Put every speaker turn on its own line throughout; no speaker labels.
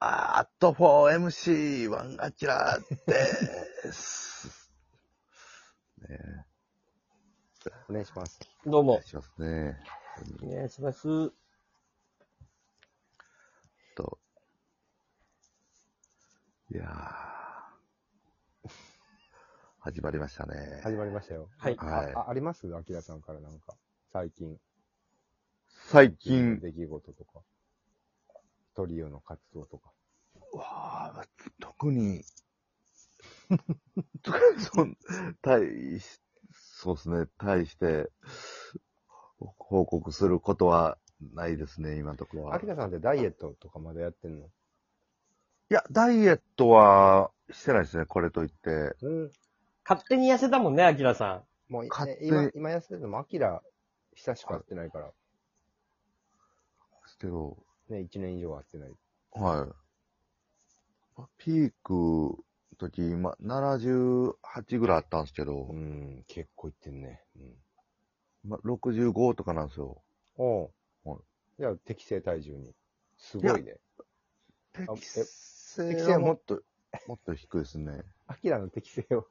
アットフォー MC1 アキラです。
お願いします。
どう
お
も
願い。しますね。
お願いします。
と。いやー。始まりましたね。
始まりましたよ。
はい
あ
はい
あありますアキラさんからなんか、最近。
最
の
近、
出来事とか。トリオの活動とか。
わー特に、特にそん、大し、そうですね、大して、報告することはないですね、今のところは。
アキラさんってダイエットとかまだやってんの
いや、ダイエットはしてないですね、これといって。
うん。
勝手に痩せたもんね、アキラさ
もうい、
勝
ね
手に
今、今痩せてるのもアキラ、久しく会ってないから、
ですけど、
ね、1年以上会ってない。
はい。ピークの時、今、78ぐらいあったんですけど、
ん、結構いってんね。うん。
今65とかなんですよ。
おう。
はい
じゃあ、適正体重に。すごいね。あ
適
え適
正
正
は
は
もっと、もっと低いですね。
アキラの適性は、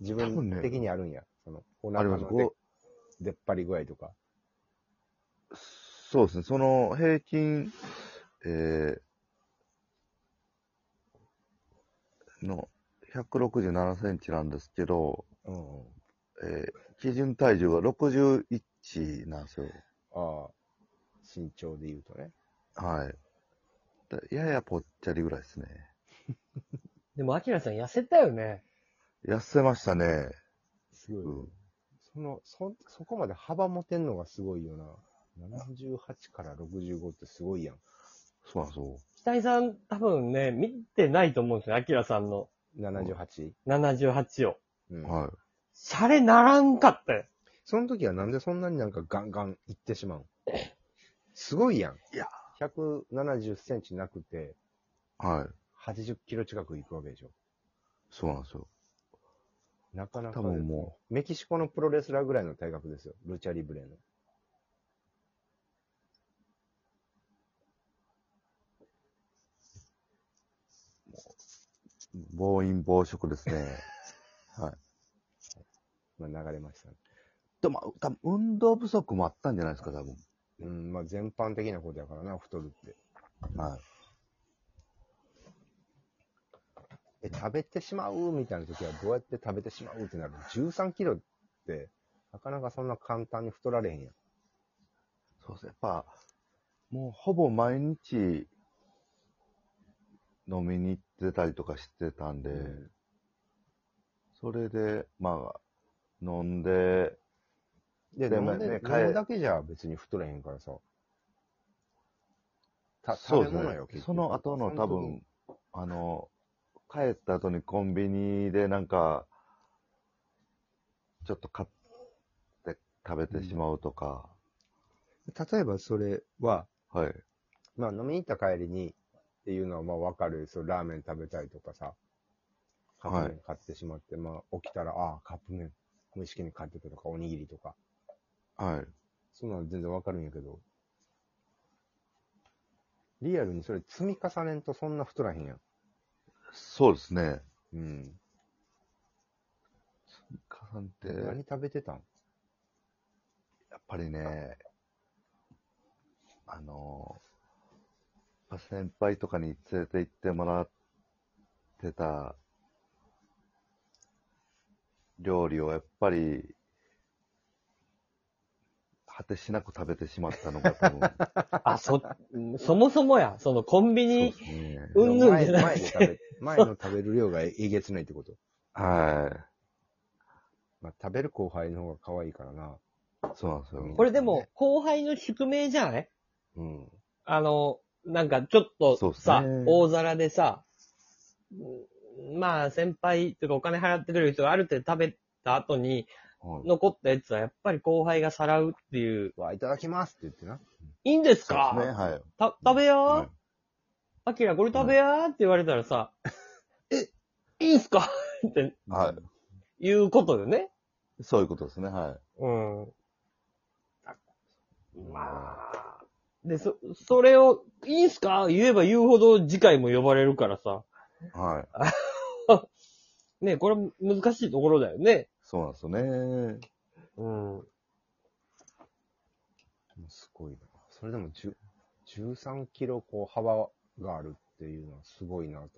自
多分
分
ね
的にあるんや。その、お
あ
腹
りま
の
す。
出
ご
出っ張り具合とか。
そうですね、その平均、えー、の167センチなんですけど、
うん、うん。
えー、基準体重が61なんですよ。
ああ、身長で言うとね。
はい。でややぽっちゃりぐらいですね。
ん。でも、アキラさん痩せたよね。
痩せましたね。
すごい、
うん
その、そ、そこまで幅持てんのがすごいよな。78から65ってすごいやん。
そうなんですよ。
北井さん、多分ね、見てないと思うんですよ、アキラさんの
78?
78を。
うん。
はい。
シャレならんかったよ。
その時はなんでそんなになんかガンガンいってしまうんすごいやん。
いや。
170センチなくて、
はい。
80キロ近く行くわけでしょ。
そうなんですよ。
なかなか。
多分も
メキシコのプロレスラーぐらいの体格ですよ。ルチャリブレの。
う、暴飲暴食ですね。はい。
まあ流れましたね。
でも、多分運動不足もあったんじゃないですか、多分。
うん、まあ全般的なことやからな、太るって。
はい。
え、食べてしまうみたいな時はどうやって食べてしまうってなるの ?13 キロって、なかなかそんな簡単に太られへんやん。
そうですね。やっぱ、もうほぼ毎日、飲みに行ってたりとかしてたんで、
うん
それで、まあ、飲んで、
で、
で
飲
も
んで、
ね
飲
かえ
むだけじゃ別に太れへんからさ。た、
そう
食
です
べ
ね
物よ、結局
その後の多。分、あの、帰った後にコンビニでなんか、ちょっと買って食べてしまうとか、
例えばそれは、
はい。
まあ飲みに行った帰りにっていうのはまあわかる。そう、ラーメン食べたりとかさ。カップ麺買ってしまって、まあ起きたら、ああ、カップ麺、無意識に買ってたとか、おにぎりとか。
はい。
そんなの全然わかるんやけど。リアルにそれ積み重ねんとそんな太らへんやん。
そうですね。
うん。
重ねて、
何食べてたん
やっぱりね、あの、やっぱ先輩とかに連れて行ってもらってた料理をやっぱり、果てしなく食べてしまったのが 多分、
あ、そ、そもそもや、そのコンビ
そう
ニ
で、すね。
うんぬん
前
じゃな
前
く
で
て
食べ、 前の食べる量がえげつないってこと。
は
まあ、食べる後輩の方が可愛いからな。
い。そうなんですよ。
これでも、後輩の宿命じゃない
うん。
あの、なんかちょっ
そうっ
と
すね
さ、大皿でさ、うんまあ先輩とかお金払ってくれる人がある程度食べた後に
はい
残ったやつはやっぱり後輩がさらうっていう、
わあ、いただきますって言ってな。
いいんです
そう
か
ですね、はい。
た、食べや
は
ー
い
アキラこれ食べやーって言われたらさ、え、いいんすか って
は
いうことよね。
い。そういうことですね、はい。
うん。まあ、で、そ、それを、いいんすか言えば言うほど次回も呼ばれるからさ。
はい。
ね、これ難しいところだよね。
そうなんですよね。
うん。
もうすごいな。それでも10 13キロこう幅があるっていうのはすごいなと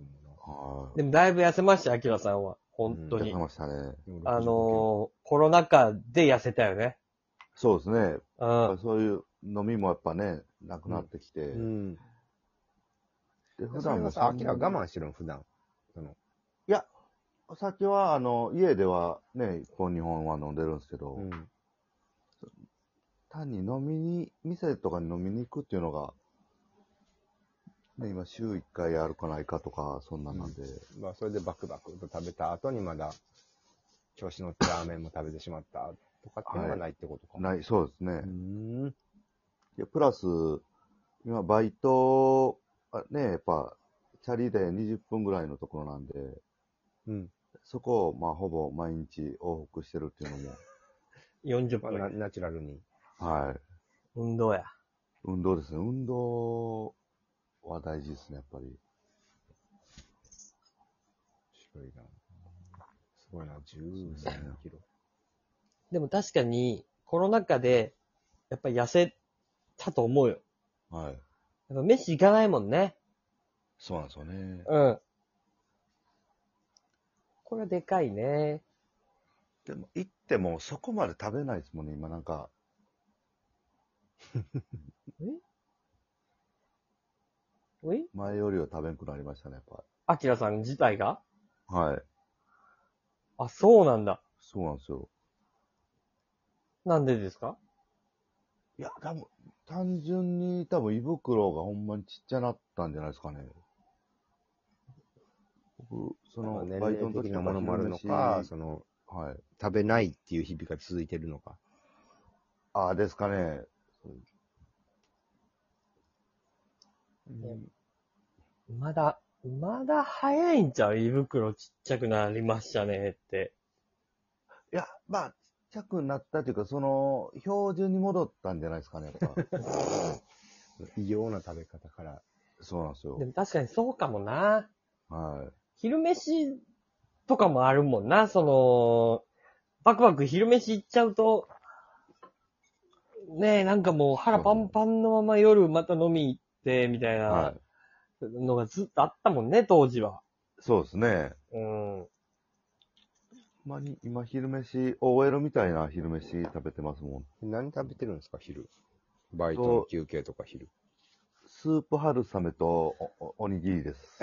思
は
うな。
い。
でもだいぶ痩せました、アキラさんは。本当
痩
に。
せましたね。
でも
あ
65
の
キロ
ーコロナ禍で痩せたよね。
そうですね。
う
やっぱ
ん
り。そういう飲みもやっぱね、なくなってきて。
うん。
で普
それ
段
は
も
さ、アキラ我慢してるの、普段。その、
お酒は、あの、家ではね、一本二本は飲んでるんですけど、
うん。
単に飲みに、店とかに飲みに行くっていうのが、ね、今週一回歩かないかとか、そんなんなんで、
まあ、それでバクバクと食べた後にまだ、調子乗ってラーメンも食べてしまったとかっていうのはないってことか。
ない、そうですね。
うーん。
で、プラス、今、バイト、あね、やっぱ、チャリで20分ぐらいのところなんで、
うん。
そこを、まあ、ほぼ毎日往復してるっていうのも、
40
まあ、な
分。
ナチュラルに。
はい。
運動や。
運動ですね。運動は大事ですね、やっぱり。
白いな。すごいな、13キロ。
でも確かに、コロナ禍で、やっぱ痩せたと思うよ。
は
や
い。
っぱ飯行かないもんね。
そうなんですよね。
うん。これはでかいね。
でも、行ってもそこまで食べないですもんね、今なんか。
おい
前よりは食べんくなりましたね、やっぱ
アキラさん自体が
り。はい。
あ、そうなんだ。
そうなんですよ。
なんでですか
いや、多分、単純に多分胃袋がほんまにちっちゃなったんじゃないですかね。僕、そ
まあ
の、
年
バイト
齢
の時
的
と
な
か
ものもあるの
昼飯
か、その、
はい。
食べないっていう日々が続いてるのか。
ああ、ですかね。
まだ、まだ早いんちゃう胃袋ちっちゃくなりましたねって。
いや、まあ、ちっちゃくなったというか、その、標準に戻ったんじゃないですかね、やっ ぱ。
異様な食べ方から。
そうなんですよ
で。も確かにそうかもな。
は
昼飯とかもあるもんな。その、バクバク昼飯行っちゃうと、ねえ、なんかもう腹パンパンのまま夜また飲み行って、みたい
い。は。
ないのがずっとあったもんね、当時は。
そうですね。
うん。
ほんまに、今、昼飯、OL みたいな昼飯食べてますもん。
何食べてるんですか、昼。バイトの休憩とか昼。
スープ春雨とおおおにぎりです。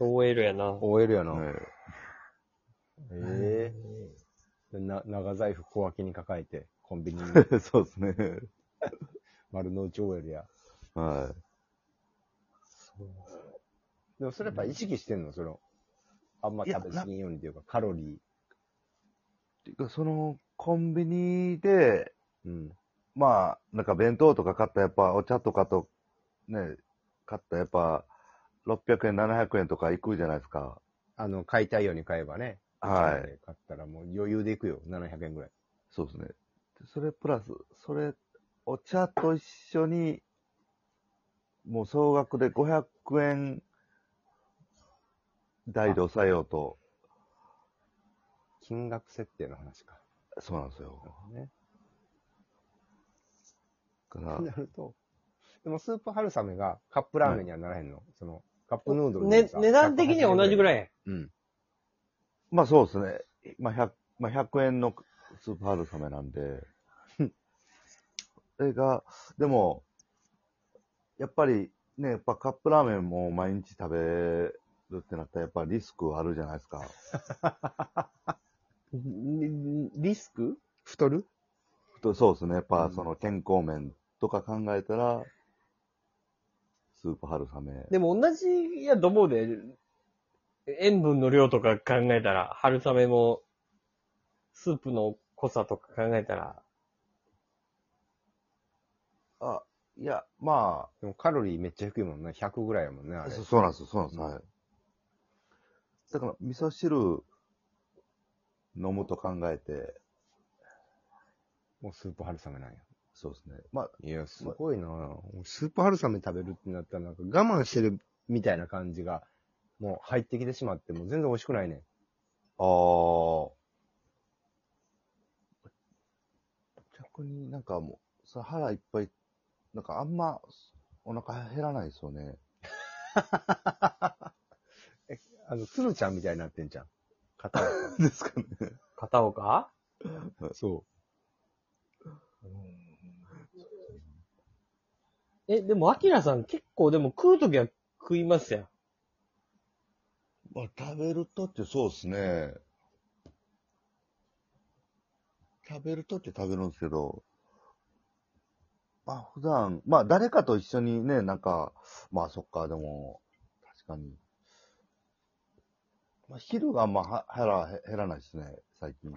OL やな。
OL やな。
はい
ええな、長財布小脇に抱えて、コンビニ に
そうですね。
丸の内 OL や。
は
でもそれやっぱ意識してんのその、あんま食べ過ぎんようにというか、カロリ
い。てか、その、コンビニで、
ー。うん。
まあ、なんか弁当とか買ったやっぱ、お茶とかと、ね、買ったやっぱ、600円、700円とか行くじゃないですか。
あの、買いたいように買えばね。
はい
買ったらもう余裕でいくよ。700円ぐらい。
そうですね。でそれプラス、それ、お茶と一緒に、もう総額で500円台で抑えようと。
金額設定の話か。
そうなんですよ。
なるほどね。
から
って、なると、でもスープ春雨がカップラーメンにはならへんの、その、カップヌードル
ね、値段的には同じぐ
い。
らい。
うん。
まあそうですね。まあ100、まあ、100円のスープ春雨なんで。それが、でも、やっぱりね、やっぱカップラーメンも毎日食べるってなったら、やっぱりリスクはあるじゃないですか。
リリスク
太る
とそうですね。やっ
う
ぱ
ん
その健康面とか考えたら、スープ春雨。
でも同じやと思うで、塩分の量とか考えたら、春雨も、スープの濃さとか考えたら、
あ、いや、ま
でもカロリーめっちゃ低いもんね。100ぐらいやもんね、あ
あ、
れ。
そそうなんですよ、そうなんですよ。
うん
はい。だから、味噌汁飲むと考えて、
もうスープ春雨なんや。
そうですね。まあ、
いや、すごいなぁスープ春雨食べるってなったら、なんか我慢してるみたいな感じが、もう入ってきてしまって、もう全然美味しくないね。
あー。逆になんかもう、それ腹いっぱい、なんかあんまお腹減らないですよね。
あの、鶴ちゃんみたいになってんじゃん。肩が。
ですかね。
片岡
そ
え、でも、アキラさん結構でも食うときは食いますやん。
まあ、食べるとってそうですね。食べるとって食べるんですけど、まあ、普段、まあ、誰かと一緒にね、なんか、まあ、そっか、でも、確かに。まあ、昼があんまは減ら、減らないですね、最近。
う。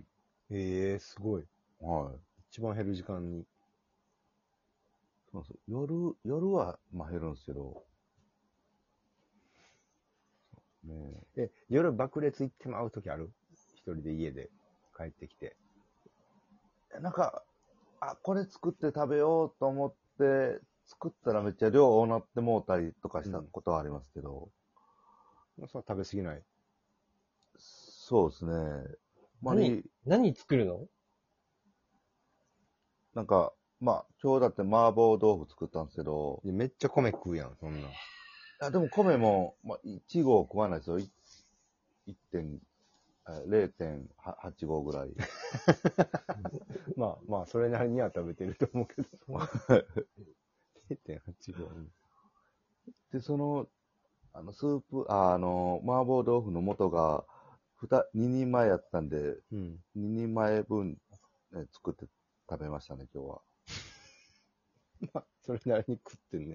ええすごい。
はい。
一番減る時間に。
そうそう夜、夜は、まあ、減るんですけど。ねえ
え、夜爆裂行ってまう時ある一人で家で帰ってきて。
なんか、あ、これ作って食べようと思って、作ったらめっちゃ量多なってもうたりとかしたことはありますけど、
まあ、そう食べ過ぎない。
そうですね。まあ、
何何作るの
なんか、まあ、今日だって麻婆豆腐作ったんですけど、
いやめっちゃ米食うやん、そんなん。
あでも米も、まあ、1合食わないですよ。い1点、あ0.8合ぐらい。
まあまあ、それなりには食べてると思うけど。0.85。
で、その、あの、スープ、あ、あの、麻婆豆腐の素が、ふた、2人前やったんで、
うん。
2人前分、ね、作って食べましたね、今日は。
まあ、それなりに食ってんね。